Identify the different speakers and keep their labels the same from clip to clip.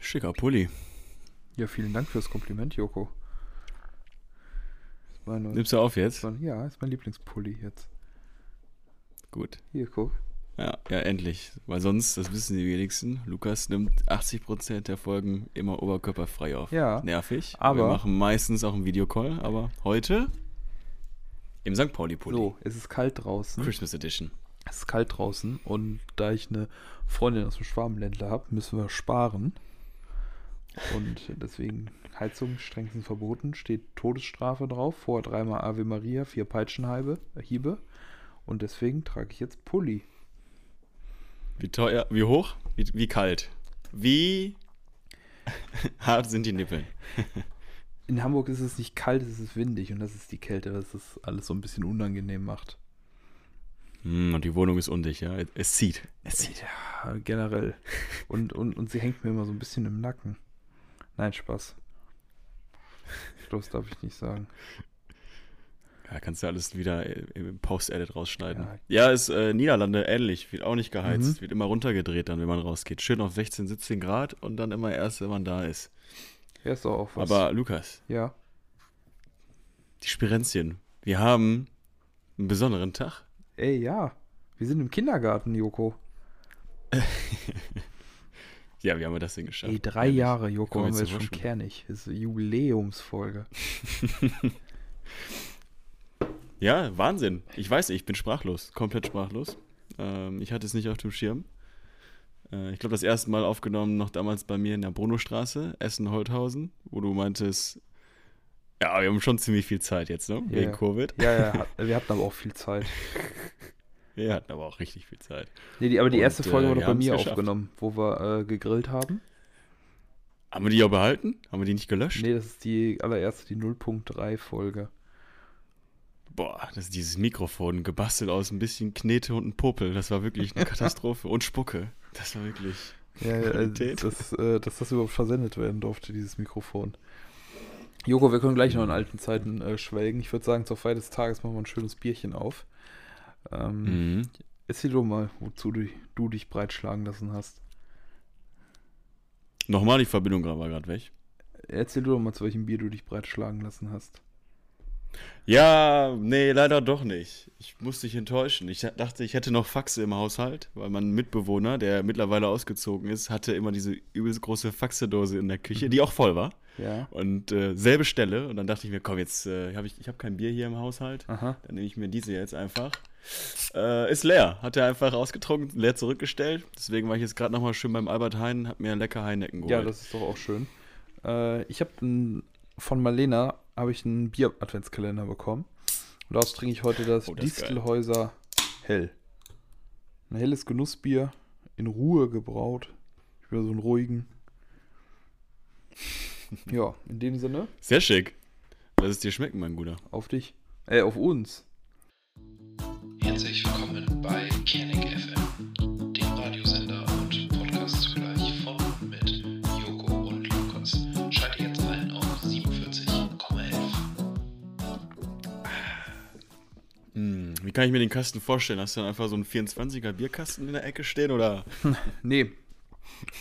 Speaker 1: Schicker Pulli.
Speaker 2: Ja, vielen Dank fürs Kompliment, Joko. Das war nur-
Speaker 1: Nimmst du auf
Speaker 2: das
Speaker 1: jetzt?
Speaker 2: war- ja, ist mein Lieblingspulli jetzt.
Speaker 1: Gut.
Speaker 2: Hier, guck.
Speaker 1: Ja, ja, endlich. Weil sonst, das wissen die wenigsten, Lukas nimmt 80% der Folgen immer oberkörperfrei auf.
Speaker 2: Ja.
Speaker 1: Nervig.
Speaker 2: Aber-
Speaker 1: Wir machen meistens auch einen Videocall, aber heute im St. Pauli-Pulli.
Speaker 2: So, es ist kalt draußen.
Speaker 1: Christmas Edition.
Speaker 2: Es ist kalt draußen und da ich eine Freundin aus dem Schwabenländler habe, müssen wir sparen. Und deswegen Heizung strengstens verboten, steht Todesstrafe drauf, vor dreimal Ave Maria, vier Peitschenhiebe. äh, Hiebe. Und deswegen trage ich jetzt Pulli.
Speaker 1: Wie teuer, wie hoch, wie, wie kalt, wie hart sind die Nippeln.
Speaker 2: In Hamburg ist es nicht kalt, es ist windig und das ist die Kälte, was das alles so ein bisschen unangenehm macht.
Speaker 1: Hm, und die Wohnung ist undicht, ja. Es zieht. Es
Speaker 2: Ja, generell. Und, und, und sie hängt mir immer so ein bisschen im Nacken. Nein, Spaß. Schluss darf ich nicht sagen.
Speaker 1: Ja, kannst du alles wieder im Post-Edit rausschneiden.
Speaker 2: Ja. Mhm.
Speaker 1: Ja, ist äh, Niederlande ähnlich, wird auch nicht geheizt, wird immer runtergedreht dann, wenn man rausgeht. Schön auf 16, 17 Grad und dann immer erst, wenn man da ist.
Speaker 2: Er ist auch auf was.
Speaker 1: Aber Lukas,
Speaker 2: ja.
Speaker 1: die Spirenzien, wir haben einen besonderen Tag.
Speaker 2: Ey, ja. Wir sind im Kindergarten, Joko.
Speaker 1: Ja, wie haben wir das denn geschafft?
Speaker 2: Ey, drei
Speaker 1: Ehrlich.
Speaker 2: Jahre, Joko,
Speaker 1: Kommen wir
Speaker 2: haben wir
Speaker 1: jetzt zur
Speaker 2: jetzt schon
Speaker 1: Vorschule.
Speaker 2: kernig. Das ist eine Jubiläumsfolge.
Speaker 1: Ja, Wahnsinn. Ich weiß nicht, ich bin sprachlos, komplett sprachlos. Ähm, ich hatte es nicht auf dem Schirm. Äh, ich glaube, das erste Mal aufgenommen, noch damals bei mir in der Brunostraße, Essen-Holthausen, wo du meintest, ja, wir haben schon ziemlich viel Zeit jetzt, ne?
Speaker 2: Ja,
Speaker 1: Wegen
Speaker 2: ja.
Speaker 1: Covid.
Speaker 2: Ja, ja, hat, wir hatten aber auch viel Zeit.
Speaker 1: Wir hatten aber auch richtig viel Zeit.
Speaker 2: Nee, die, aber die
Speaker 1: Und,
Speaker 2: erste Folge
Speaker 1: äh,
Speaker 2: wurde
Speaker 1: wir
Speaker 2: bei
Speaker 1: haben's
Speaker 2: mir
Speaker 1: geschafft.
Speaker 2: aufgenommen, wo wir äh, gegrillt haben.
Speaker 1: Haben wir die auch behalten? Haben wir die nicht gelöscht?
Speaker 2: Nee, das ist die allererste, die 0.3 Folge.
Speaker 1: Boah, das ist dieses Mikrofon gebastelt aus ein bisschen Knete und ein Popel. Das war wirklich eine Katastrophe. Und Spucke. Das war wirklich.
Speaker 2: Ja, äh,
Speaker 1: Qualität.
Speaker 2: dass, äh, dass das überhaupt versendet werden durfte, dieses Mikrofon. Joko, wir können gleich noch in alten Zeiten äh, schwelgen. Ich würde sagen, zur Feier des Tages machen wir ein schönes Bierchen auf. Ähm,
Speaker 1: Mhm.
Speaker 2: Erzähl doch mal, wozu du, du dich breitschlagen lassen hast.
Speaker 1: Nochmal, die Verbindung war gerade weg.
Speaker 2: Erzähl du doch mal, zu welchem Bier du dich breitschlagen lassen hast.
Speaker 1: Ja, nee, leider doch nicht. Ich musste dich enttäuschen. Ich dachte, ich hätte noch Faxe im Haushalt, weil mein Mitbewohner, der mittlerweile ausgezogen ist, hatte immer diese übelst große Faxedose in der Küche,
Speaker 2: Mhm.
Speaker 1: die auch voll war.
Speaker 2: Ja.
Speaker 1: Und äh, selbe Stelle. Und dann dachte ich mir, komm, jetzt äh, habe ich, ich habe kein Bier hier im Haushalt.
Speaker 2: Aha.
Speaker 1: Dann nehme ich mir diese jetzt einfach. Äh, ist leer. Hat er einfach ausgetrunken, leer zurückgestellt. Deswegen war ich jetzt gerade nochmal schön beim Albert Heijn, hab mir lecker Heinecken geholt.
Speaker 2: Ja, das ist doch auch schön. Äh, ich habe von Marlena habe ich einen Bier-Adventskalender bekommen. Und daraus trinke ich heute das,
Speaker 1: Oh, das ist geil.
Speaker 2: Distelhäuser Hell. Ein helles Genussbier, in Ruhe gebraut. Ich bin so einen ruhigen. ja, in dem Sinne,
Speaker 1: Sehr schick. Lass es dir schmecken, mein Guter.
Speaker 2: auf dich. Äh, auf uns.
Speaker 3: Herzlich willkommen bei Kernic FM, dem Radiosender und Podcast zugleich von und mit Joko und Lukas. Schalte jetzt ein auf 47,11.
Speaker 1: Hm, wie kann ich mir den Kasten vorstellen? Hast du dann einfach so einen 24er Bierkasten in der Ecke stehen oder?
Speaker 2: Nee,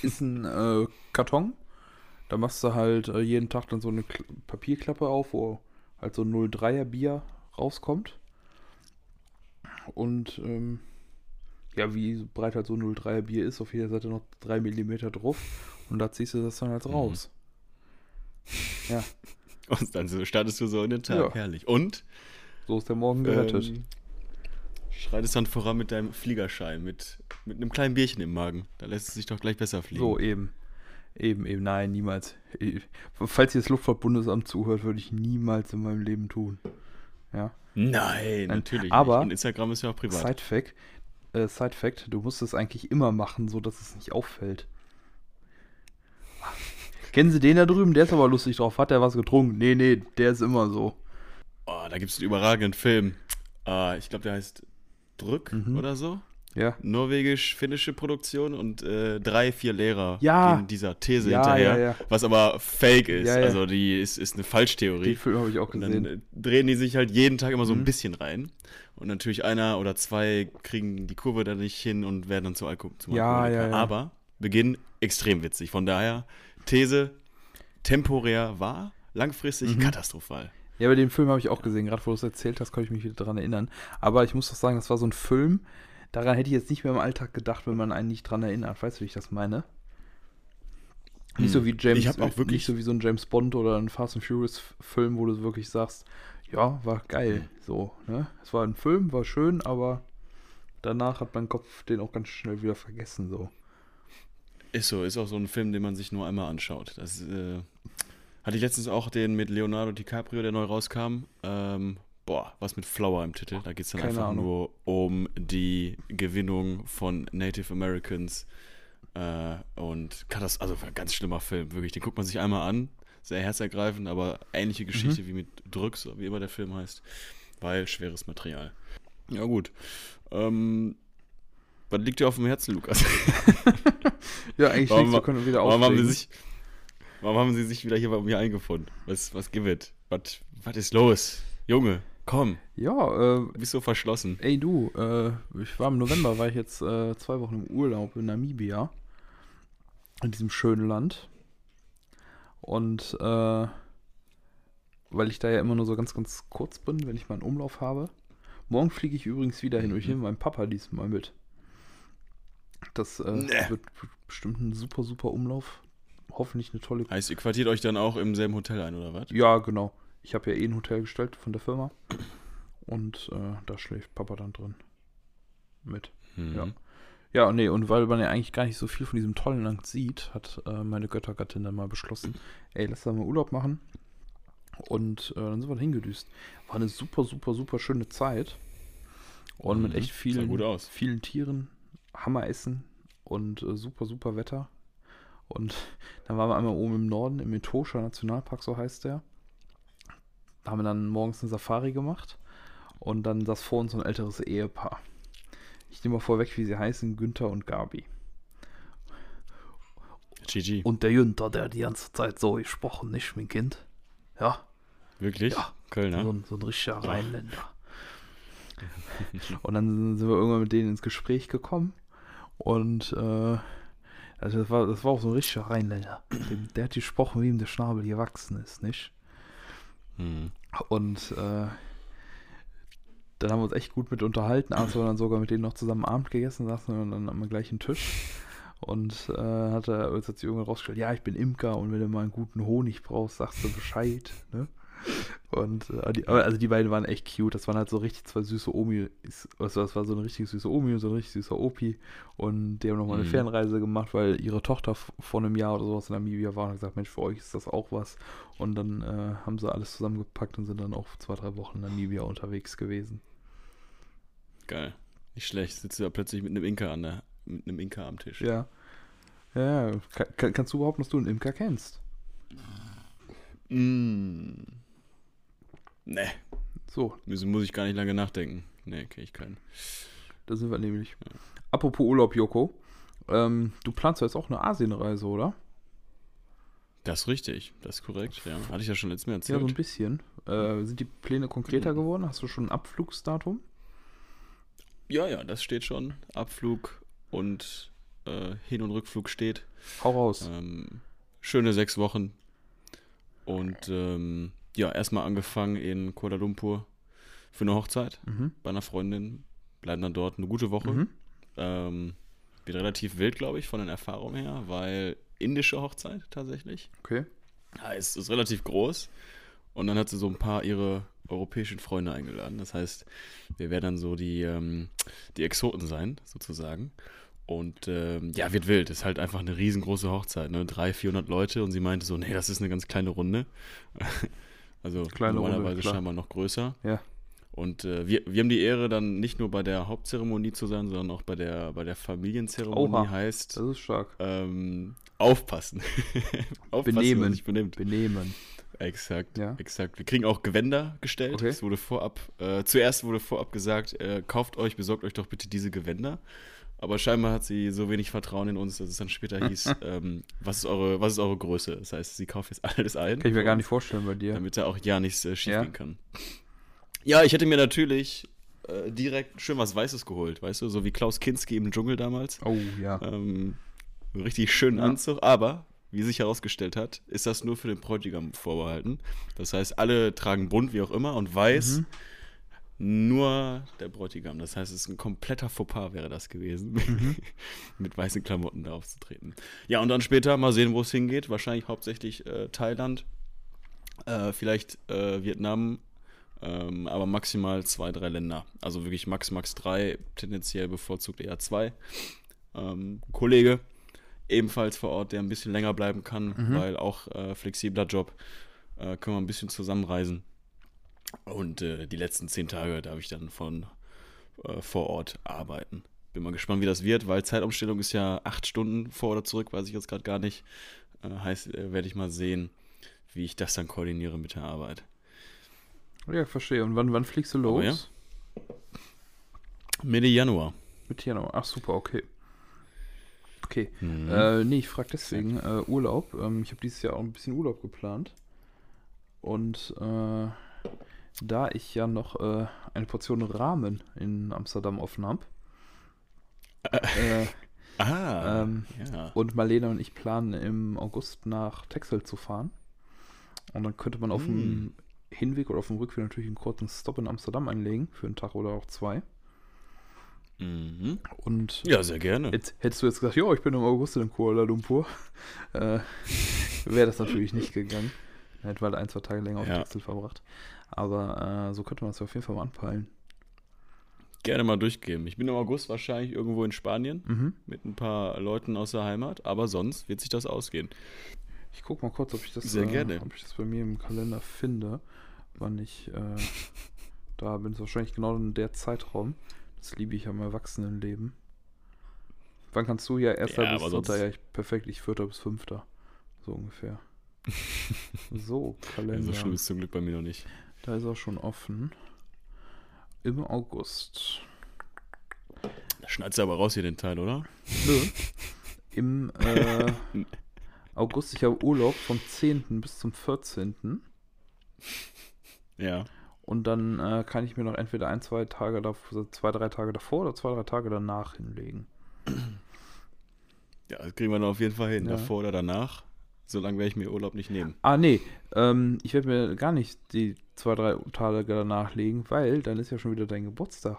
Speaker 2: ist ein äh, Karton. Da machst du halt äh, jeden Tag dann so eine Kl Papierklappe auf, wo halt so ein 03er Bier rauskommt. Und ähm, ja, wie breit halt so ein 03er Bier ist, auf jeder Seite noch 3 mm drauf. Und da ziehst du das dann halt raus. Ja,
Speaker 1: Und dann so startest du so in den Tag.
Speaker 2: Ja.
Speaker 1: Herrlich. Und?
Speaker 2: so ist der Morgen gerettet.
Speaker 1: Ähm, schreitest dann voran mit deinem Fliegerschein, mit, mit einem kleinen Bierchen im Magen. Da lässt es sich doch gleich besser fliegen.
Speaker 2: so, eben. Eben, eben, nein, niemals. Eh, Falls hier das Luftfahrtbundesamt zuhört, würde ich niemals in meinem Leben tun. Ja.
Speaker 1: Nein, natürlich
Speaker 2: aber-
Speaker 1: nicht. Und Instagram ist ja auch privat.
Speaker 2: Side Fact, äh, Side Fact, du musst es eigentlich immer machen, so dass es nicht auffällt. Kennen Sie den da drüben? Der ist aber lustig drauf. Hat der was getrunken? Nee, nee, der ist immer so.
Speaker 1: Oh, da gibt es einen überragenden Film. Ah, ich glaube, der heißt Drück
Speaker 2: Mhm.
Speaker 1: oder so.
Speaker 2: Ja.
Speaker 1: Norwegisch-finnische Produktion und äh, drei, vier Lehrer
Speaker 2: Ja.
Speaker 1: gehen dieser These
Speaker 2: Ja,
Speaker 1: hinterher.
Speaker 2: ja, ja.
Speaker 1: Was aber fake ist.
Speaker 2: Ja, ja.
Speaker 1: Also die ist, ist eine
Speaker 2: Den
Speaker 1: Falschtheorie.
Speaker 2: Film habe ich auch
Speaker 1: Und dann
Speaker 2: gesehen.
Speaker 1: äh, drehen die sich halt jeden Tag immer so
Speaker 2: Mhm.
Speaker 1: ein bisschen rein. Und natürlich einer oder zwei kriegen die Kurve da nicht hin und werden dann zu Alkohol. Zum
Speaker 2: Ja,
Speaker 1: Alkoholiker.
Speaker 2: ja, ja.
Speaker 1: Aber Beginn extrem witzig. Von daher These temporär wahr,
Speaker 2: Mhm.
Speaker 1: langfristig katastrophal.
Speaker 2: Ja, aber den Film habe ich auch gesehen. Gerade wo du es erzählt hast, konnte ich mich wieder daran erinnern. Aber ich muss doch sagen, das war so ein Film, daran hätte ich jetzt nicht mehr im Alltag gedacht, wenn man einen nicht dran erinnert. Weißt du, wie ich das meine? Nicht so wie James,
Speaker 1: Hm.
Speaker 2: äh,
Speaker 1: Ich hab auch wirklich-
Speaker 2: nicht so wie so ein James Bond oder ein Fast and Furious Film, wo du wirklich sagst, ja, war
Speaker 1: Hm.
Speaker 2: geil, so. Ne? Es war ein Film, war schön, aber danach hat mein Kopf den auch ganz schnell wieder vergessen, so.
Speaker 1: Ist so, ist auch so ein Film, den man sich nur einmal anschaut. Das äh, hatte ich letztens auch den mit Leonardo DiCaprio, der neu rauskam. Ähm, boah, was mit Flower im Titel. Da geht es dann
Speaker 2: Keine
Speaker 1: einfach
Speaker 2: Ahnung.
Speaker 1: nur um die Gewinnung von Native Americans. Äh, und Katast also ein ganz schlimmer Film, wirklich. Den guckt man sich einmal an. Sehr herzergreifend, aber
Speaker 2: Mhm.
Speaker 1: ähnliche Geschichte wie mit Drücks, wie immer der Film heißt. Weil schweres Material. Ja, gut. Ähm, was liegt dir auf dem Herzen, Lukas?
Speaker 2: Ja, eigentlich
Speaker 1: Warum
Speaker 2: nichts,
Speaker 1: wa-
Speaker 2: wir können wieder
Speaker 1: Warum haben, sie
Speaker 2: aufregen.
Speaker 1: sich, warum haben sie sich wieder hier bei mir eingefunden? Was, was gibt es? Was ist los? Junge, komm,
Speaker 2: Ja, äh,
Speaker 1: du bist so verschlossen.
Speaker 2: Ey du, äh, ich war im November, war ich jetzt äh, zwei Wochen im Urlaub in Namibia. In diesem schönen Land. Und äh, weil ich da ja immer nur so ganz, ganz kurz bin, wenn ich mal einen Umlauf habe. Morgen fliege ich übrigens wieder hin und ich nehme meinen Papa diesmal mit. Das äh,
Speaker 1: Nee.
Speaker 2: wird b- bestimmt ein super, super Umlauf. Hoffentlich eine tolle.
Speaker 1: Heißt, ihr quartiert euch dann auch im selben Hotel ein, oder was?
Speaker 2: Ja, genau. Ich habe ja eh ein Hotel gestellt von der Firma. Und äh, da schläft Papa dann drin. Mit.
Speaker 1: Mhm.
Speaker 2: Ja. Ja, nee, und weil man ja eigentlich gar nicht so viel von diesem tollen Land sieht, hat äh, meine Göttergattin dann mal beschlossen, ey, lass da mal Urlaub machen. Und äh, dann sind wir da hingedüst. War eine super, super, super schöne Zeit. Und mit
Speaker 1: Mhm.
Speaker 2: echt
Speaker 1: Sah
Speaker 2: vielen,
Speaker 1: gut aus.
Speaker 2: vielen Tieren, Hammeressen und äh, super, super Wetter. Und dann waren wir einmal oben im Norden, im Etosha Nationalpark, so heißt der. Da haben wir dann morgens eine Safari gemacht. Und dann saß vor uns so ein älteres Ehepaar. Ich nehme mal vorweg, wie sie heißen, Günther und Gabi.
Speaker 1: GG.
Speaker 2: Und der Günther, der die ganze Zeit so gesprochen, nicht mein Kind. Ja,
Speaker 1: Wirklich? ne?
Speaker 2: Ja.
Speaker 1: Kölner.
Speaker 2: so, ein, so ein richtiger Rheinländer. und dann sind wir irgendwann mit denen ins Gespräch gekommen. Und äh, also das, war, das war auch so ein richtiger Rheinländer. Dem, der hat gesprochen, wie ihm der Schnabel gewachsen ist, nicht?
Speaker 1: Mhm.
Speaker 2: Und äh, dann haben wir uns echt gut mit unterhalten. Abends haben wir dann sogar mit denen noch zusammen Abend gegessen, saßen wir dann am gleichen Tisch. Und äh, hat er uns jetzt irgendwann rausgestellt, ja, ich bin Imker und wenn du mal einen guten Honig brauchst, sagst du Bescheid. Ne? Und äh, die, aber also die beiden waren echt cute. Das waren halt so richtig zwei süße Omi. Also das war so eine richtig süße Omi und so ein richtig süßer Opi. Und die haben nochmal eine
Speaker 1: Mhm.
Speaker 2: Fernreise gemacht, weil ihre Tochter f- vor einem Jahr oder sowas in Namibia war und hat gesagt, Mensch, für euch ist das auch was. Und dann äh, haben sie alles zusammengepackt und sind dann auch zwei, drei Wochen in Namibia unterwegs gewesen.
Speaker 1: Geil. Nicht schlecht. Sitzt du da plötzlich mit einem Inka an der, mit einem Inka am Tisch.
Speaker 2: Ja. Ja, ja. Ka- ka- kannst du behaupten, dass du einen Imker kennst?
Speaker 1: Mm. Nee,
Speaker 2: So,
Speaker 1: müssen- muss ich gar nicht lange nachdenken. Nee, kenne ich keinen.
Speaker 2: da sind wir nämlich. Apropos Urlaub, Joko. Ähm, du planst ja jetzt auch eine Asienreise, oder?
Speaker 1: Das ist richtig, das ist korrekt. Ja. Hatte ich ja schon letztes Mal
Speaker 2: Ja,
Speaker 1: erzählt.
Speaker 2: so ein bisschen. Äh, sind die Pläne konkreter
Speaker 1: Mhm.
Speaker 2: geworden? Hast du schon ein Abflugsdatum?
Speaker 1: Ja, ja, das steht schon. Abflug und äh, Hin- und Rückflug steht.
Speaker 2: Hau raus.
Speaker 1: Ähm, schöne sechs Wochen. Und ähm, ja, erstmal angefangen in Kuala Lumpur für eine Hochzeit
Speaker 2: Mhm.
Speaker 1: bei einer Freundin. Bleiben dann dort eine gute Woche.
Speaker 2: Mhm.
Speaker 1: Ähm, wird relativ wild, glaube ich, von den Erfahrungen her, weil indische Hochzeit tatsächlich.
Speaker 2: Okay.
Speaker 1: Heißt, ist relativ groß. Und dann hat sie so ein paar ihre europäischen Freunde eingeladen. Das heißt, wir werden dann so die, ähm, die Exoten sein, sozusagen. Und ähm, ja, wird wild. Ist halt einfach eine riesengroße Hochzeit. Ne? 300, 400 Leute. Und sie meinte so, nee, das ist eine ganz kleine Runde. also
Speaker 2: Kleine Runde,
Speaker 1: normalerweise
Speaker 2: klar.
Speaker 1: scheinbar noch größer.
Speaker 2: Ja.
Speaker 1: Und äh, wir, wir haben die Ehre, dann nicht nur bei der Hauptzeremonie zu sein, sondern auch bei der, bei der Familienzeremonie
Speaker 2: Oha.
Speaker 1: heißt
Speaker 2: Das ist stark.
Speaker 1: ähm, aufpassen. aufpassen, also
Speaker 2: Benehmen.
Speaker 1: was sich benimmt.
Speaker 2: Benehmen.
Speaker 1: Exakt,
Speaker 2: Ja.
Speaker 1: exakt. Wir kriegen auch Gewänder gestellt.
Speaker 2: Okay.
Speaker 1: Es wurde vorab, äh, zuerst wurde vorab gesagt, äh, kauft euch, besorgt euch doch bitte diese Gewänder. Aber scheinbar hat sie so wenig Vertrauen in uns, dass es dann später hieß, ähm, was, ist eure, was ist eure Größe? Das heißt, sie kauft jetzt alles ein.
Speaker 2: Kann ich mir gar nicht vorstellen bei dir.
Speaker 1: Damit da auch ja nichts äh, schief
Speaker 2: Ja.
Speaker 1: gehen kann. Ja, ich hätte mir natürlich äh, direkt schön was Weißes geholt, weißt du, so wie Klaus Kinski im Dschungel damals.
Speaker 2: Oh ja.
Speaker 1: Ähm, einen richtig schönen
Speaker 2: Ja.
Speaker 1: Anzug, aber Wie sich herausgestellt hat, ist das nur für den Bräutigam vorbehalten. Das heißt, alle tragen bunt, wie auch immer, und weiß
Speaker 2: Mhm.
Speaker 1: nur der Bräutigam. Das heißt, es ist ein kompletter Fauxpas wäre das gewesen,
Speaker 2: Mhm.
Speaker 1: mit weißen Klamotten da aufzutreten. Ja, und dann später mal sehen, wo es hingeht. Wahrscheinlich hauptsächlich äh, Thailand, äh, vielleicht äh, Vietnam, ähm, aber maximal zwei, drei Länder. Also wirklich max, max drei, tendenziell bevorzugt eher zwei. Ähm, Kollege, ebenfalls vor Ort, der ein bisschen länger bleiben kann, weil auch äh, flexibler Job, äh, können wir ein bisschen zusammenreisen. Und äh, die letzten zehn Tage darf ich dann von äh, vor Ort arbeiten. Bin mal gespannt, wie das wird, weil Zeitumstellung ist ja acht Stunden vor oder zurück, weiß ich jetzt gerade gar nicht. Äh, heißt, äh, werde ich mal sehen, wie ich das dann koordiniere mit der Arbeit.
Speaker 2: Ja, verstehe. Und wann, wann fliegst du los?
Speaker 1: Aber Oh, ja. Mitte Januar.
Speaker 2: Mit Januar. Ach, super, okay. Okay.
Speaker 1: Mhm.
Speaker 2: Äh, nee, ich frage deswegen äh, Urlaub. Ähm, ich habe dieses Jahr auch ein bisschen Urlaub geplant. Und äh, da ich ja noch äh, eine Portion Rahmen in Amsterdam offen habe. Äh,
Speaker 1: Ah,
Speaker 2: Ähm,
Speaker 1: ja.
Speaker 2: und Marlene und ich planen im August nach Texel zu fahren. Und dann könnte man auf dem Hinweg oder auf dem Rückweg natürlich einen kurzen Stop in Amsterdam einlegen, für einen Tag oder auch zwei.
Speaker 1: Mhm.
Speaker 2: Und
Speaker 1: Ja, sehr gerne.
Speaker 2: Jetzt hättest du jetzt gesagt, ja, ich bin im August in Kuala Lumpur, äh, wäre das natürlich nicht gegangen. Dann hätten wir halt ein, zwei Tage länger auf
Speaker 1: Ja.
Speaker 2: Texel verbracht. Aber äh, so könnte man das auf jeden Fall mal anpeilen.
Speaker 1: Gerne mal durchgeben. Ich bin im August wahrscheinlich irgendwo in Spanien
Speaker 2: Mhm.
Speaker 1: mit ein paar Leuten aus der Heimat, aber sonst wird sich das ausgehen.
Speaker 2: Ich guck mal kurz, ob ich das,
Speaker 1: Sehr
Speaker 2: äh,
Speaker 1: gerne.
Speaker 2: Ob ich das bei mir im Kalender finde, wann ich äh, da bin. Ist wahrscheinlich genau in der Zeitraum. Das liebe ich am Erwachsenenleben. Wann kannst du ja erster
Speaker 1: Ja,
Speaker 2: bis
Speaker 1: aber sonst-
Speaker 2: dritter? Ja, ich, perfekt, ich vierter bis fünfter. So ungefähr. so, Kalender.
Speaker 1: Ja, so Also schlimm ist zum Glück bei mir noch nicht.
Speaker 2: Da ist er schon offen. Im August.
Speaker 1: Da schneidest du aber raus hier den Teil, oder?
Speaker 2: Nö. Im äh, August, ich habe Urlaub vom 10. bis zum 14.
Speaker 1: Ja.
Speaker 2: Und dann äh, kann ich mir noch entweder ein, zwei Tage, davor, zwei, drei Tage davor oder zwei, drei Tage danach hinlegen.
Speaker 1: Ja, das kriegen wir dann auf jeden Fall hin.
Speaker 2: Ja.
Speaker 1: Davor oder danach. Solange werde ich mir Urlaub nicht nehmen.
Speaker 2: Ah, nee. Ähm, ich werde mir gar nicht die zwei, drei Tage danach legen, weil dann ist ja schon wieder dein Geburtstag.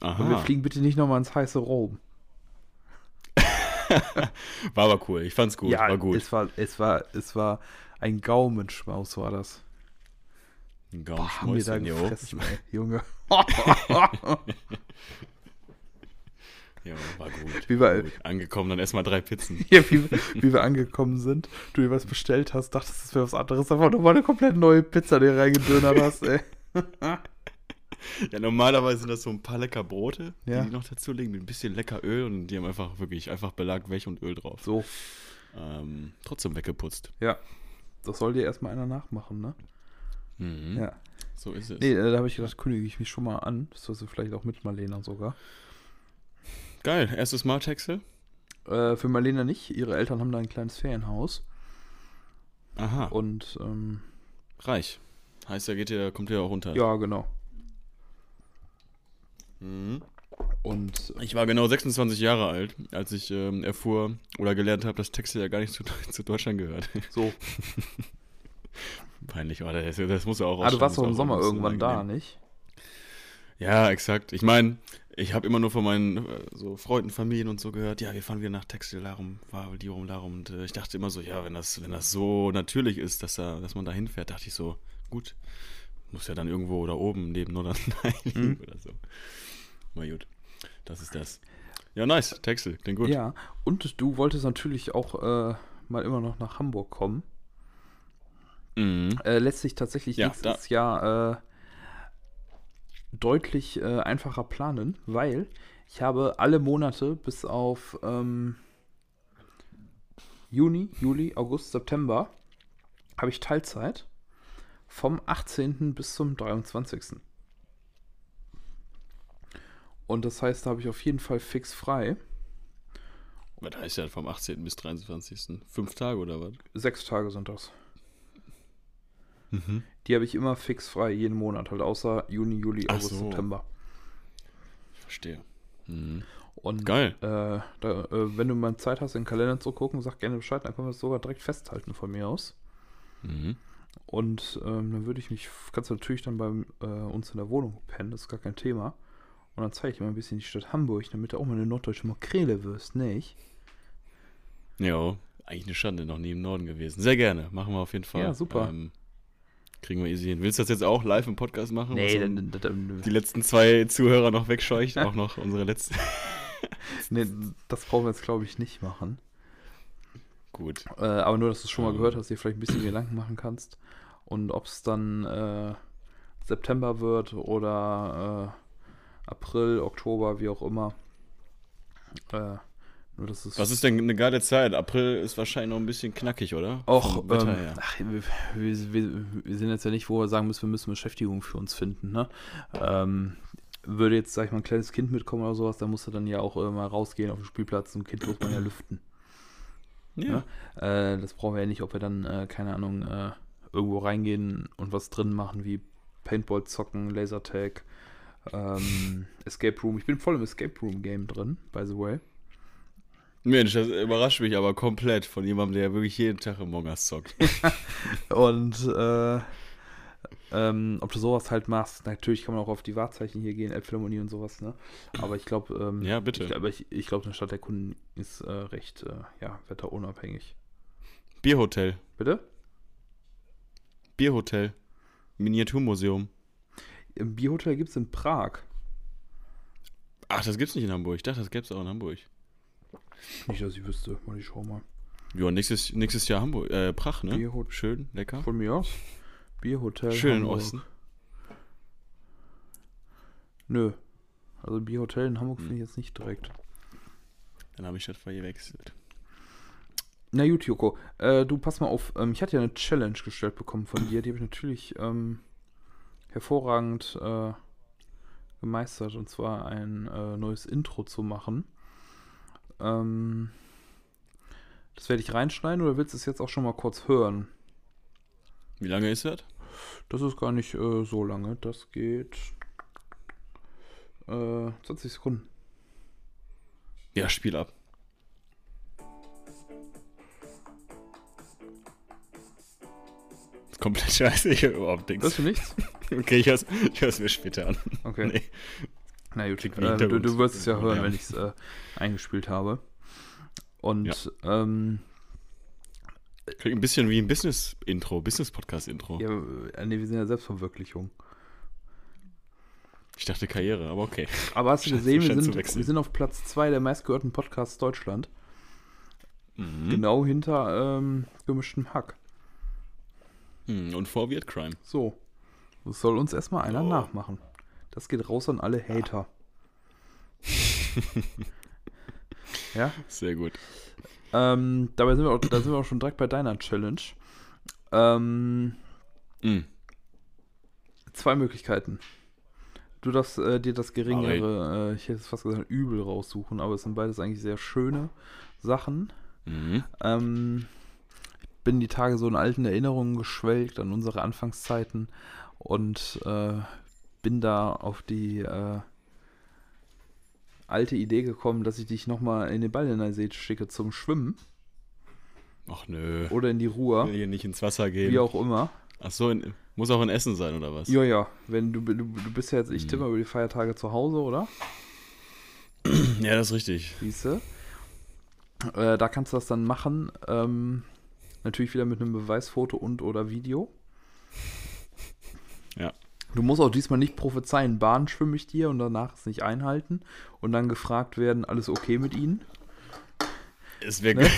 Speaker 2: Und wir
Speaker 1: Aha.
Speaker 2: fliegen bitte nicht nochmal ins heiße Rom.
Speaker 1: War aber cool. Ich fand's gut. war gut.
Speaker 2: Es war, es war, es war ein Gaumenschmaus, war das.
Speaker 1: Ein
Speaker 2: Boah, haben wir da
Speaker 1: Gaumenschmäuschen, jo.
Speaker 2: gefressen, ey, Junge.
Speaker 1: Jo, war gut.
Speaker 2: Wie war-
Speaker 1: gut. Angekommen, dann erstmal drei Pizzen.
Speaker 2: Hier, wie, wie wir angekommen sind, du dir was bestellt hast, dachtest, es wäre was anderes, aber nochmal eine komplett neue Pizza, die du reingedönert hast, ey.
Speaker 1: Ja, normalerweise sind das so ein paar lecker Brote,
Speaker 2: Ja.
Speaker 1: die die noch dazulegen, mit ein bisschen lecker Öl und die haben einfach wirklich einfach Belag, Welch und Öl drauf.
Speaker 2: So,
Speaker 1: Ähm, trotzdem weggeputzt.
Speaker 2: ja. Das soll dir erstmal einer nachmachen, ne?
Speaker 1: Mhm.
Speaker 2: Ja.
Speaker 1: So ist es.
Speaker 2: Nee, äh, da habe ich gedacht, kündige ich mich schon mal an. Das hast du vielleicht auch mit Marlena sogar.
Speaker 1: Geil, erstes Mal Texel.
Speaker 2: Äh, für Marlena nicht. Ihre Eltern haben da ein kleines Ferienhaus.
Speaker 1: Aha,
Speaker 2: Und, ähm,
Speaker 1: reich. Heißt, da geht ihr, kommt ihr auch runter.
Speaker 2: ja, genau.
Speaker 1: Mhm.
Speaker 2: Und, äh,
Speaker 1: Ich war genau 26 Jahre alt, als ich ähm, erfuhr oder gelernt habe, dass Texel ja gar nicht zu, zu Deutschland gehört.
Speaker 2: so.
Speaker 1: Peinlich, oder? Das, das muss ja auch
Speaker 2: Ah, du warst doch im
Speaker 1: das ist auch
Speaker 2: Sommer
Speaker 1: ein bisschen
Speaker 2: irgendwann da,
Speaker 1: unangenehm.
Speaker 2: nicht?
Speaker 1: Ja, exakt. Ich meine, ich habe immer nur von meinen äh, so Freunden, Familien und so gehört, ja, wir fahren wieder nach Texel, darum, war die rum, darum. Und äh, ich dachte immer so, ja, wenn das, wenn das so natürlich ist, dass, da, dass man da hinfährt, dachte ich so, gut, muss ja dann irgendwo da oben neben Nordrhein liegen oder so. Na gut, das ist das. Ja, nice, Texel, klingt gut.
Speaker 2: Ja, und du wolltest natürlich auch äh, mal immer noch nach Hamburg kommen.
Speaker 1: Mhm.
Speaker 2: Äh, lässt sich tatsächlich
Speaker 1: Ja,
Speaker 2: nächstes Jahr äh, deutlich äh, einfacher planen, weil ich habe alle Monate bis auf ähm, Juni, Juli, August, September habe ich Teilzeit vom 18. bis zum 23. Und das heißt, da habe ich auf jeden Fall fix frei.
Speaker 1: Was heißt ja vom 18. bis 23. Fünf Tage oder was?
Speaker 2: Sechs Tage sind das.
Speaker 1: Mhm.
Speaker 2: Die habe ich immer fix frei, jeden Monat, halt außer Juni, Juli,
Speaker 1: Ach
Speaker 2: August,
Speaker 1: so.
Speaker 2: September.
Speaker 1: Verstehe. Mhm.
Speaker 2: Und
Speaker 1: Geil.
Speaker 2: Äh, da, äh, wenn du mal Zeit hast, in den Kalender zu gucken, sag gerne Bescheid, dann können wir es sogar direkt festhalten von mir aus.
Speaker 1: Mhm.
Speaker 2: Und ähm, dann würde ich mich, kannst du natürlich dann bei äh, uns in der Wohnung pennen, das ist gar kein Thema. Und dann zeige ich dir mal ein bisschen die Stadt Hamburg, damit du auch mal eine norddeutsche Makrele wirst, nicht?
Speaker 1: Jo, eigentlich eine Schande, noch nie im Norden gewesen. Sehr gerne, machen wir auf jeden Fall.
Speaker 2: Ja, super.
Speaker 1: Ähm, kriegen wir easy hin. Willst du das jetzt auch live im Podcast machen?
Speaker 2: Also,
Speaker 1: was dann
Speaker 2: dann, dann,
Speaker 1: die letzten zwei Zuhörer noch wegscheucht, auch noch unsere letzten.
Speaker 2: nee, das brauchen wir jetzt, glaube ich, nicht machen.
Speaker 1: Gut.
Speaker 2: Äh, aber nur, dass du es schon mal
Speaker 1: Ähm.
Speaker 2: gehört hast, dir vielleicht ein bisschen Gedanken machen kannst. Und ob es dann äh, September wird oder äh, April, Oktober, wie auch immer. Äh, nur, dass es.
Speaker 1: Was ist denn eine geile Zeit? April ist wahrscheinlich noch ein bisschen knackig, oder?
Speaker 2: Och,
Speaker 1: Vom
Speaker 2: ähm,
Speaker 1: Wetter her.
Speaker 2: ach, wir, wir, wir, wir sind jetzt ja nicht, wo wir sagen müssen, wir müssen Beschäftigung für uns finden. Ne? Ähm, würde jetzt, sag ich mal, ein kleines Kind mitkommen oder sowas, dann musst du dann ja auch äh, mal rausgehen auf den Spielplatz und ein Kind muss man ja lüften.
Speaker 1: Ja.
Speaker 2: Äh, das brauchen wir ja nicht, ob wir dann, äh, keine Ahnung, äh, irgendwo reingehen und was drin machen, wie Paintball zocken, Lasertag, ähm, Escape Room. Ich bin voll im Escape Room Game drin, by the way.
Speaker 1: Mensch, das überrascht mich aber komplett von jemandem, der wirklich jeden Tag im Mongas zockt.
Speaker 2: Und äh, ähm, ob du sowas halt machst, natürlich kann man auch auf die Wahrzeichen hier gehen, Elbphilharmonie und sowas, ne? Aber ich glaube, ähm,
Speaker 1: Ja, bitte.
Speaker 2: ich glaube, ich, ich glaub, eine Stadt der Kunden ist äh, recht, äh, ja, wetterunabhängig.
Speaker 1: Bierhotel.
Speaker 2: Bitte?
Speaker 1: Bierhotel. Miniaturmuseum.
Speaker 2: Im Bierhotel gibt es in Prag.
Speaker 1: Ach, das gibt's nicht in Hamburg. Ich dachte, das gäb's auch in Hamburg.
Speaker 2: Nicht, dass ich wüsste, mal ich schau mal.
Speaker 1: Ja, nächstes, nächstes Jahr Hamburg. Äh, Prach, ne?
Speaker 2: Bierhotel.
Speaker 1: Schön, lecker.
Speaker 2: Von mir aus. Bierhotel.
Speaker 1: Schön im
Speaker 2: Hamburg.
Speaker 1: Osten.
Speaker 2: Nö. Also Bierhotel in
Speaker 1: Hm.
Speaker 2: Hamburg finde ich jetzt nicht direkt.
Speaker 1: Dann habe ich das vorher gewechselt.
Speaker 2: Na gut, Joko. Äh, du pass mal auf. Ähm, ich hatte ja eine Challenge gestellt bekommen von dir. Die habe ich natürlich ähm, hervorragend äh, gemeistert. Und zwar ein äh, neues Intro zu machen. Ähm, das werde ich reinschneiden oder willst du es jetzt auch schon mal kurz hören?
Speaker 1: Wie lange ist das?
Speaker 2: Das ist gar nicht äh, so lange. Das geht äh, 20 Sekunden.
Speaker 1: Ja, Spiel ab. Ist Komplett scheiße, ich hab überhaupt
Speaker 2: Das
Speaker 1: nichts.
Speaker 2: für nichts?
Speaker 1: Okay, ich hör's, ich hör's mir später an.
Speaker 2: Okay.
Speaker 1: Nee.
Speaker 2: Na gut,
Speaker 1: Klingt wie
Speaker 2: äh, du, du
Speaker 1: Hintergrund.
Speaker 2: wirst es ja hören,
Speaker 1: Ja.
Speaker 2: wenn ich es äh, eingespielt habe. Und ähm,
Speaker 1: Klingt ein bisschen wie ein Business-Intro, Business-Podcast-Intro.
Speaker 2: ja, äh, nee, wir sind ja Selbstverwirklichung.
Speaker 1: Ich dachte Karriere, aber okay.
Speaker 2: Aber hast du
Speaker 1: Scheiße,
Speaker 2: gesehen, wir
Speaker 1: scheint zu
Speaker 2: sind,
Speaker 1: wechseln.
Speaker 2: wir sind auf Platz 2 der meistgehörten Podcasts Deutschland.
Speaker 1: Mhm.
Speaker 2: Genau hinter ähm, gemischtem Hack.
Speaker 1: Mhm, Und vor Weird Crime.
Speaker 2: So. Das soll uns erstmal einer
Speaker 1: Oh.
Speaker 2: nachmachen. Das geht raus an alle Hater. ja?
Speaker 1: Sehr gut.
Speaker 2: Ähm, dabei sind wir auch, da sind wir auch schon direkt bei deiner Challenge. Ähm,
Speaker 1: Mhm.
Speaker 2: Zwei Möglichkeiten. Du darfst äh, dir das geringere, äh, ich hätte es fast gesagt, übel raussuchen, aber es sind beides eigentlich sehr schöne Sachen.
Speaker 1: Mhm.
Speaker 2: Ähm, ich bin die Tage so in alten Erinnerungen geschwelgt an unsere Anfangszeiten und äh, bin da auf die äh, alte Idee gekommen, dass ich dich nochmal in den Balleneysee schicke zum Schwimmen
Speaker 1: Ach nö.
Speaker 2: oder in die
Speaker 1: Will
Speaker 2: Ruhr,
Speaker 1: hier nicht ins Wasser gehen.
Speaker 2: wie auch immer.
Speaker 1: Ach so, in, muss auch in Essen sein, oder was?
Speaker 2: Ja, ja, wenn du, du, du bist ja jetzt, ich
Speaker 1: Mhm.
Speaker 2: tippe mal über die Feiertage zu Hause, oder?
Speaker 1: Ja, das ist richtig.
Speaker 2: Siehste. Äh, da kannst du das dann machen. Ähm, natürlich wieder mit einem Beweisfoto und oder Video.
Speaker 1: Ja.
Speaker 2: Du musst auch diesmal nicht prophezeien, Bahn schwimme ich dir und danach es nicht einhalten und dann gefragt werden, alles okay mit ihnen.
Speaker 1: Es wäre
Speaker 2: Ne?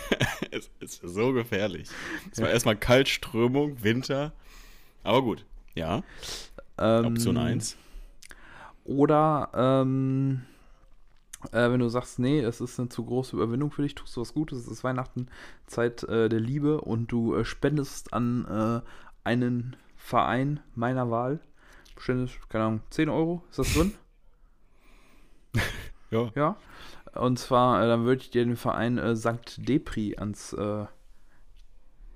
Speaker 1: es, es wär so gefährlich. Es war erstmal Kaltströmung, Winter. Aber gut. Ja,
Speaker 2: Ähm,
Speaker 1: Option 1.
Speaker 2: Oder ähm, äh, wenn du sagst, nee, es ist eine zu große Überwindung für dich, tust du was Gutes, es ist Weihnachten, Zeit äh, der Liebe und du äh, spendest an äh, einen Verein meiner Wahl. Spendest, keine Ahnung, 10 Euro, ist das drin?
Speaker 1: Ja.
Speaker 2: Ja. Und zwar, äh, dann würde ich dir den Verein äh, St. Depri ans äh,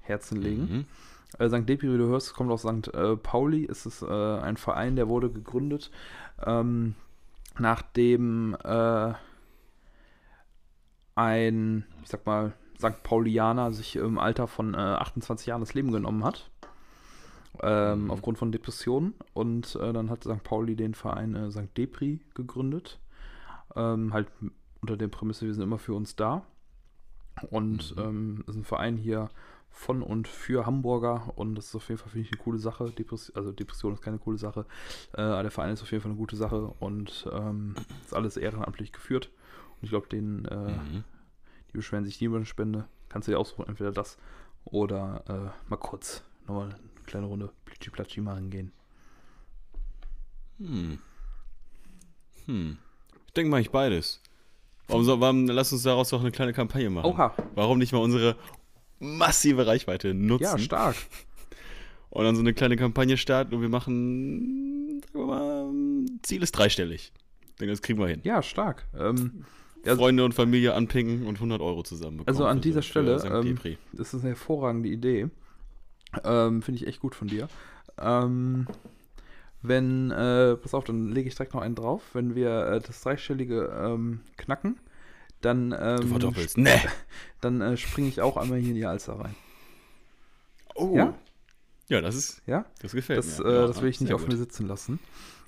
Speaker 2: Herzen legen.
Speaker 1: Mhm.
Speaker 2: Äh, St. Depi, wie du hörst, kommt aus St. Äh, Pauli. Es ist äh, ein Verein, der wurde gegründet, ähm, nachdem äh, ein, ich sag mal, St. Paulianer sich im Alter von äh, 28 Jahren das Leben genommen hat. Ähm, Aufgrund von Depressionen. Und äh, dann hat St. Pauli den Verein äh, St. Depri gegründet. Ähm, halt m- unter der Prämisse, wir sind immer für uns da. Und ähm, ist ein Verein hier von und für Hamburger. Und das ist auf jeden Fall, finde ich, eine coole Sache. Depress also Depression ist keine coole Sache. Äh, aber der Verein ist auf jeden Fall eine gute Sache. Und ähm, ist alles ehrenamtlich geführt. Und ich glaube, den äh,
Speaker 1: Mhm.
Speaker 2: die beschweren sich nie über eine Spende. Kannst du dir aussuchen, entweder das oder äh, mal kurz nochmal eine kleine Runde Plitschi Platschi machen gehen.
Speaker 1: Hm. Hm. Ich denke mal, ich beides. Warum, so, warum lass uns daraus doch eine kleine Kampagne machen?
Speaker 2: Oha.
Speaker 1: Warum nicht mal unsere massive Reichweite nutzen
Speaker 2: Ja, stark.
Speaker 1: und dann so eine kleine Kampagne starten und wir machen, sagen wir mal, Ziel ist dreistellig. Ich denke, das kriegen wir hin.
Speaker 2: Ja, stark. Ähm, Also-
Speaker 1: Freunde und Familie anpinken und 100 Euro zusammen bekommen.
Speaker 2: also an
Speaker 1: für-
Speaker 2: dieser
Speaker 1: für
Speaker 2: Stelle,
Speaker 1: St.
Speaker 2: ähm,
Speaker 1: Petri.
Speaker 2: das ist eine hervorragende Idee. Ähm, Finde ich echt gut von dir. Ähm, wenn, äh, pass auf, dann lege ich direkt noch einen drauf. Wenn wir äh, das Dreistellige ähm, knacken, dann,
Speaker 1: du
Speaker 2: ähm,
Speaker 1: verdoppelst. Nee.
Speaker 2: dann äh, springe ich auch einmal hier in die Alster rein.
Speaker 1: Oh.
Speaker 2: Ja?
Speaker 1: Ja, das ist,
Speaker 2: Ja?
Speaker 1: das gefällt
Speaker 2: das,
Speaker 1: mir.
Speaker 2: äh,
Speaker 1: Ja,
Speaker 2: das will ich nicht
Speaker 1: sehr
Speaker 2: auf
Speaker 1: gut.
Speaker 2: mir sitzen lassen.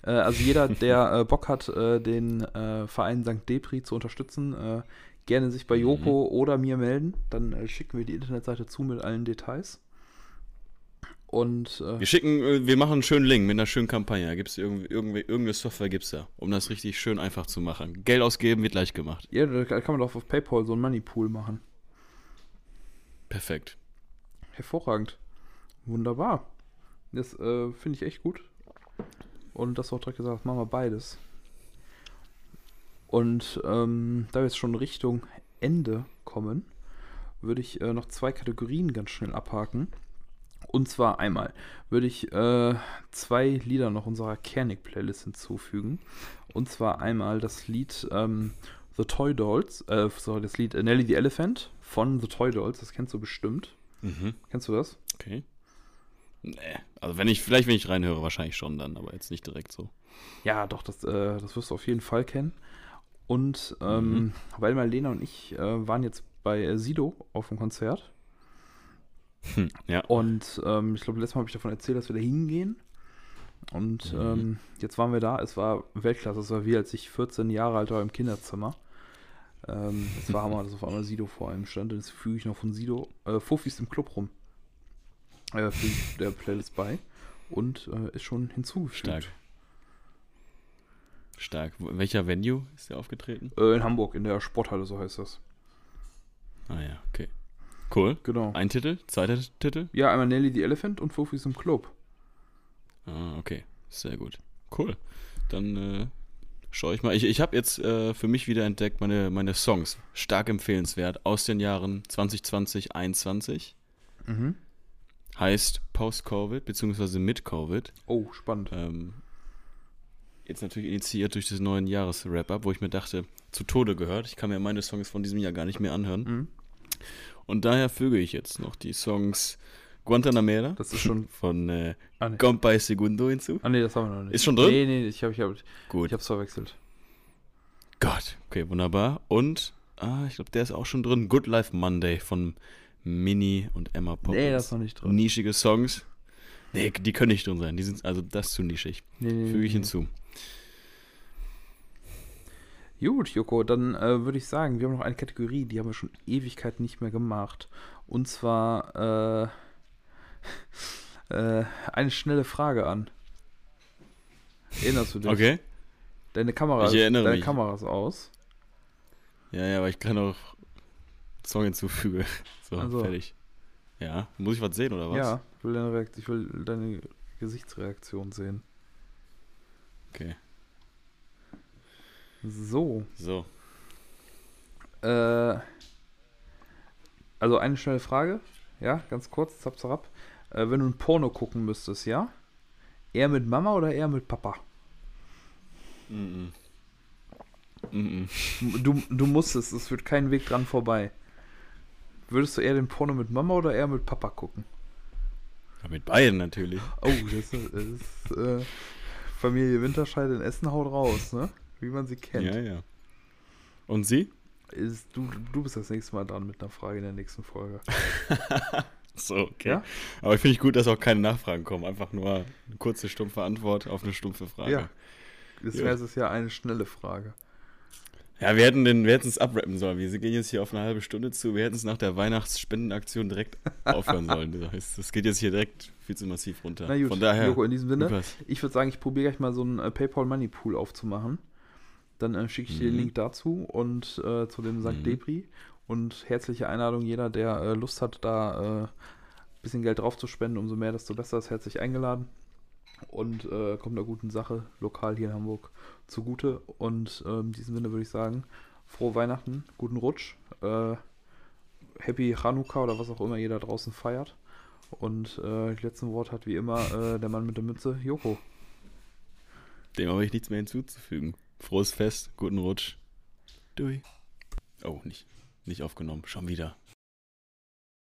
Speaker 2: Äh, also jeder, der äh, Bock hat, äh, den äh, Verein St. Depri zu unterstützen, äh, gerne sich bei
Speaker 1: Mhm.
Speaker 2: Joko oder mir melden. Dann äh, schicken wir die Internetseite zu mit allen Details. Und äh,
Speaker 1: Wir schicken, äh, wir machen einen schönen Link mit einer schönen Kampagne. Da gibt's irgendwie, irgendwie, irgendeine Software gibt's da, um das richtig schön einfach zu machen. Geld ausgeben wird leicht gemacht.
Speaker 2: ja, da kann man doch auf PayPal so einen Moneypool machen.
Speaker 1: Perfekt.
Speaker 2: Hervorragend. Wunderbar. Das äh, finde ich echt gut. Und das auch direkt gesagt, machen wir beides. Und ähm, da wir jetzt schon Richtung Ende kommen, würde ich äh, noch zwei Kategorien ganz schnell abhaken. Und zwar einmal würde ich äh, zwei Lieder noch unserer Kernig-Playlist hinzufügen. Und zwar einmal das Lied ähm, The Toy Dolls, äh, sorry, das Lied äh, Nelly the Elephant von The Toy Dolls, das kennst du bestimmt.
Speaker 1: Mhm.
Speaker 2: Kennst du das?
Speaker 1: Okay. Nee. Also wenn ich, vielleicht wenn ich reinhöre, wahrscheinlich schon dann, aber jetzt nicht direkt so.
Speaker 2: Ja, doch, das, äh, das wirst du auf jeden Fall kennen. Und ähm,
Speaker 1: Mhm.
Speaker 2: weil mal Lena und ich äh, waren jetzt bei äh, Sido auf dem Konzert.
Speaker 1: Hm. Ja.
Speaker 2: Und ähm, ich glaube, letztes Mal habe ich davon erzählt, dass wir da hingehen. Und
Speaker 1: Mhm.
Speaker 2: ähm, jetzt waren wir da. Es war Weltklasse. Es war wie als ich 14 Jahre alt war im Kinderzimmer. Ähm, es war Hammer, dass auf einmal Sido vor einem stand. Und jetzt füge ich noch von Sido äh, Fuffis im Club rum. Äh, füge ich der Playlist bei. Und äh, ist schon hinzugefügt.
Speaker 1: Stark. Stark. Wo- Welcher Venue ist der aufgetreten?
Speaker 2: Äh, in Hamburg, in der Sporthalle, so heißt das.
Speaker 1: Ah ja, okay. Cool.
Speaker 2: Genau.
Speaker 1: Ein Titel, zweiter Titel.
Speaker 2: Ja, einmal Nelly the Elephant und Fofis im Club.
Speaker 1: Ah, okay. Sehr gut. Cool. Dann äh, schaue ich mal. Ich, ich habe jetzt äh, für mich wieder entdeckt meine, meine Songs. Stark empfehlenswert. Aus den Jahren 2020, 21.
Speaker 2: Mhm.
Speaker 1: Heißt Post-Covid, beziehungsweise mit Covid.
Speaker 2: Oh, spannend.
Speaker 1: Ähm, jetzt natürlich initiiert durch das neuen Jahres-Wrap-Up, wo ich mir dachte, zu Tode gehört. Ich kann mir meine Songs von diesem Jahr gar nicht mehr anhören.
Speaker 2: Mhm.
Speaker 1: Und daher füge ich jetzt noch die Songs Guantanamera
Speaker 2: Das ist schon.
Speaker 1: von äh,
Speaker 2: Ah, nee.
Speaker 1: Compay Segundo hinzu.
Speaker 2: ah, nee, das haben wir noch nicht.
Speaker 1: Ist schon drin?
Speaker 2: Nee, nee, ich habe ich hab, ich
Speaker 1: Gut.
Speaker 2: hab's verwechselt.
Speaker 1: Gott, okay, wunderbar. Und, ah, ich glaube, der ist auch schon drin. Good Life Monday von Mini und Emma Poppins.
Speaker 2: Nee, das ist noch nicht drin.
Speaker 1: Nischige Songs. Nee, die können nicht drin sein. Die sind, also das ist zu nischig.
Speaker 2: Nee, nee,
Speaker 1: Füge ich
Speaker 2: nee.
Speaker 1: hinzu.
Speaker 2: Gut, Joko, dann äh, würde ich sagen, wir haben noch eine Kategorie, die haben wir schon Ewigkeit nicht mehr gemacht. Und zwar äh, äh, eine schnelle Frage an. Erinnerst du dich?
Speaker 1: Okay?
Speaker 2: Deine Kamera,
Speaker 1: Ich
Speaker 2: ist-
Speaker 1: erinnere
Speaker 2: deine
Speaker 1: mich.
Speaker 2: Kamera ist aus.
Speaker 1: Ja, ja, aber ich kann auch Song hinzufügen. So,
Speaker 2: Also.
Speaker 1: fertig. Ja, muss ich was sehen oder was?
Speaker 2: Ja, ich will, deine Reakt- ich will deine Gesichtsreaktion sehen.
Speaker 1: Okay,
Speaker 2: So.
Speaker 1: so.
Speaker 2: Äh, also eine schnelle Frage, ja, ganz kurz, zap, zap. Äh, wenn du ein Porno gucken müsstest, ja? Eher mit Mama oder eher mit Papa?
Speaker 1: Mm -mm. Mm -mm.
Speaker 2: Du, du musstest, es wird kein Weg dran vorbei. Würdest du eher den Porno mit Mama oder eher mit Papa gucken?
Speaker 1: Ja, mit beiden natürlich.
Speaker 2: Oh, das ist, das ist äh, Familie Winterscheid in Essen haut raus, ne? Wie man sie kennt.
Speaker 1: Ja, ja. Und sie?
Speaker 2: Ist, du, du bist das nächste Mal dran mit einer Frage in der nächsten Folge.
Speaker 1: So, okay.
Speaker 2: Ja?
Speaker 1: Aber ich finde ich gut, dass auch keine Nachfragen kommen. Einfach nur eine kurze, stumpfe Antwort auf eine stumpfe Frage.
Speaker 2: Ja. Das
Speaker 1: Ja.
Speaker 2: wäre es ja eine schnelle Frage.
Speaker 1: Ja, wir hätten den- wir hätten es abrappen sollen. Wir gehen jetzt hier auf eine halbe Stunde zu. Wir hätten es nach der Weihnachtsspendenaktion direkt aufhören sollen. Das, heißt, das geht jetzt hier direkt viel zu massiv runter.
Speaker 2: Na gut,
Speaker 1: Von daher,
Speaker 2: Joko, in diesem Sinne,
Speaker 1: Lukas.
Speaker 2: ich würde sagen, ich probiere gleich mal so einen äh, PayPal Money Pool aufzumachen. Dann äh, schicke ich dir den
Speaker 1: Mhm.
Speaker 2: Link dazu und äh, zu dem St.
Speaker 1: Mhm.
Speaker 2: Debris. Und herzliche Einladung jeder, der äh, Lust hat, da äh, ein bisschen Geld drauf zu spenden. Umso mehr, desto besser. Ist herzlich eingeladen. Und äh, kommt einer guten Sache lokal hier in Hamburg zugute. Und äh, in diesem Sinne würde ich sagen, frohe Weihnachten, guten Rutsch. Äh, Happy Chanukka oder was auch immer ihr da draußen feiert. Und äh, das letzte Wort hat wie immer äh, der Mann mit der Mütze, Joko.
Speaker 1: dem habe ich nichts mehr hinzuzufügen. Frohes Fest, guten Rutsch. Dui. Oh, nicht, nicht aufgenommen. Schon wieder.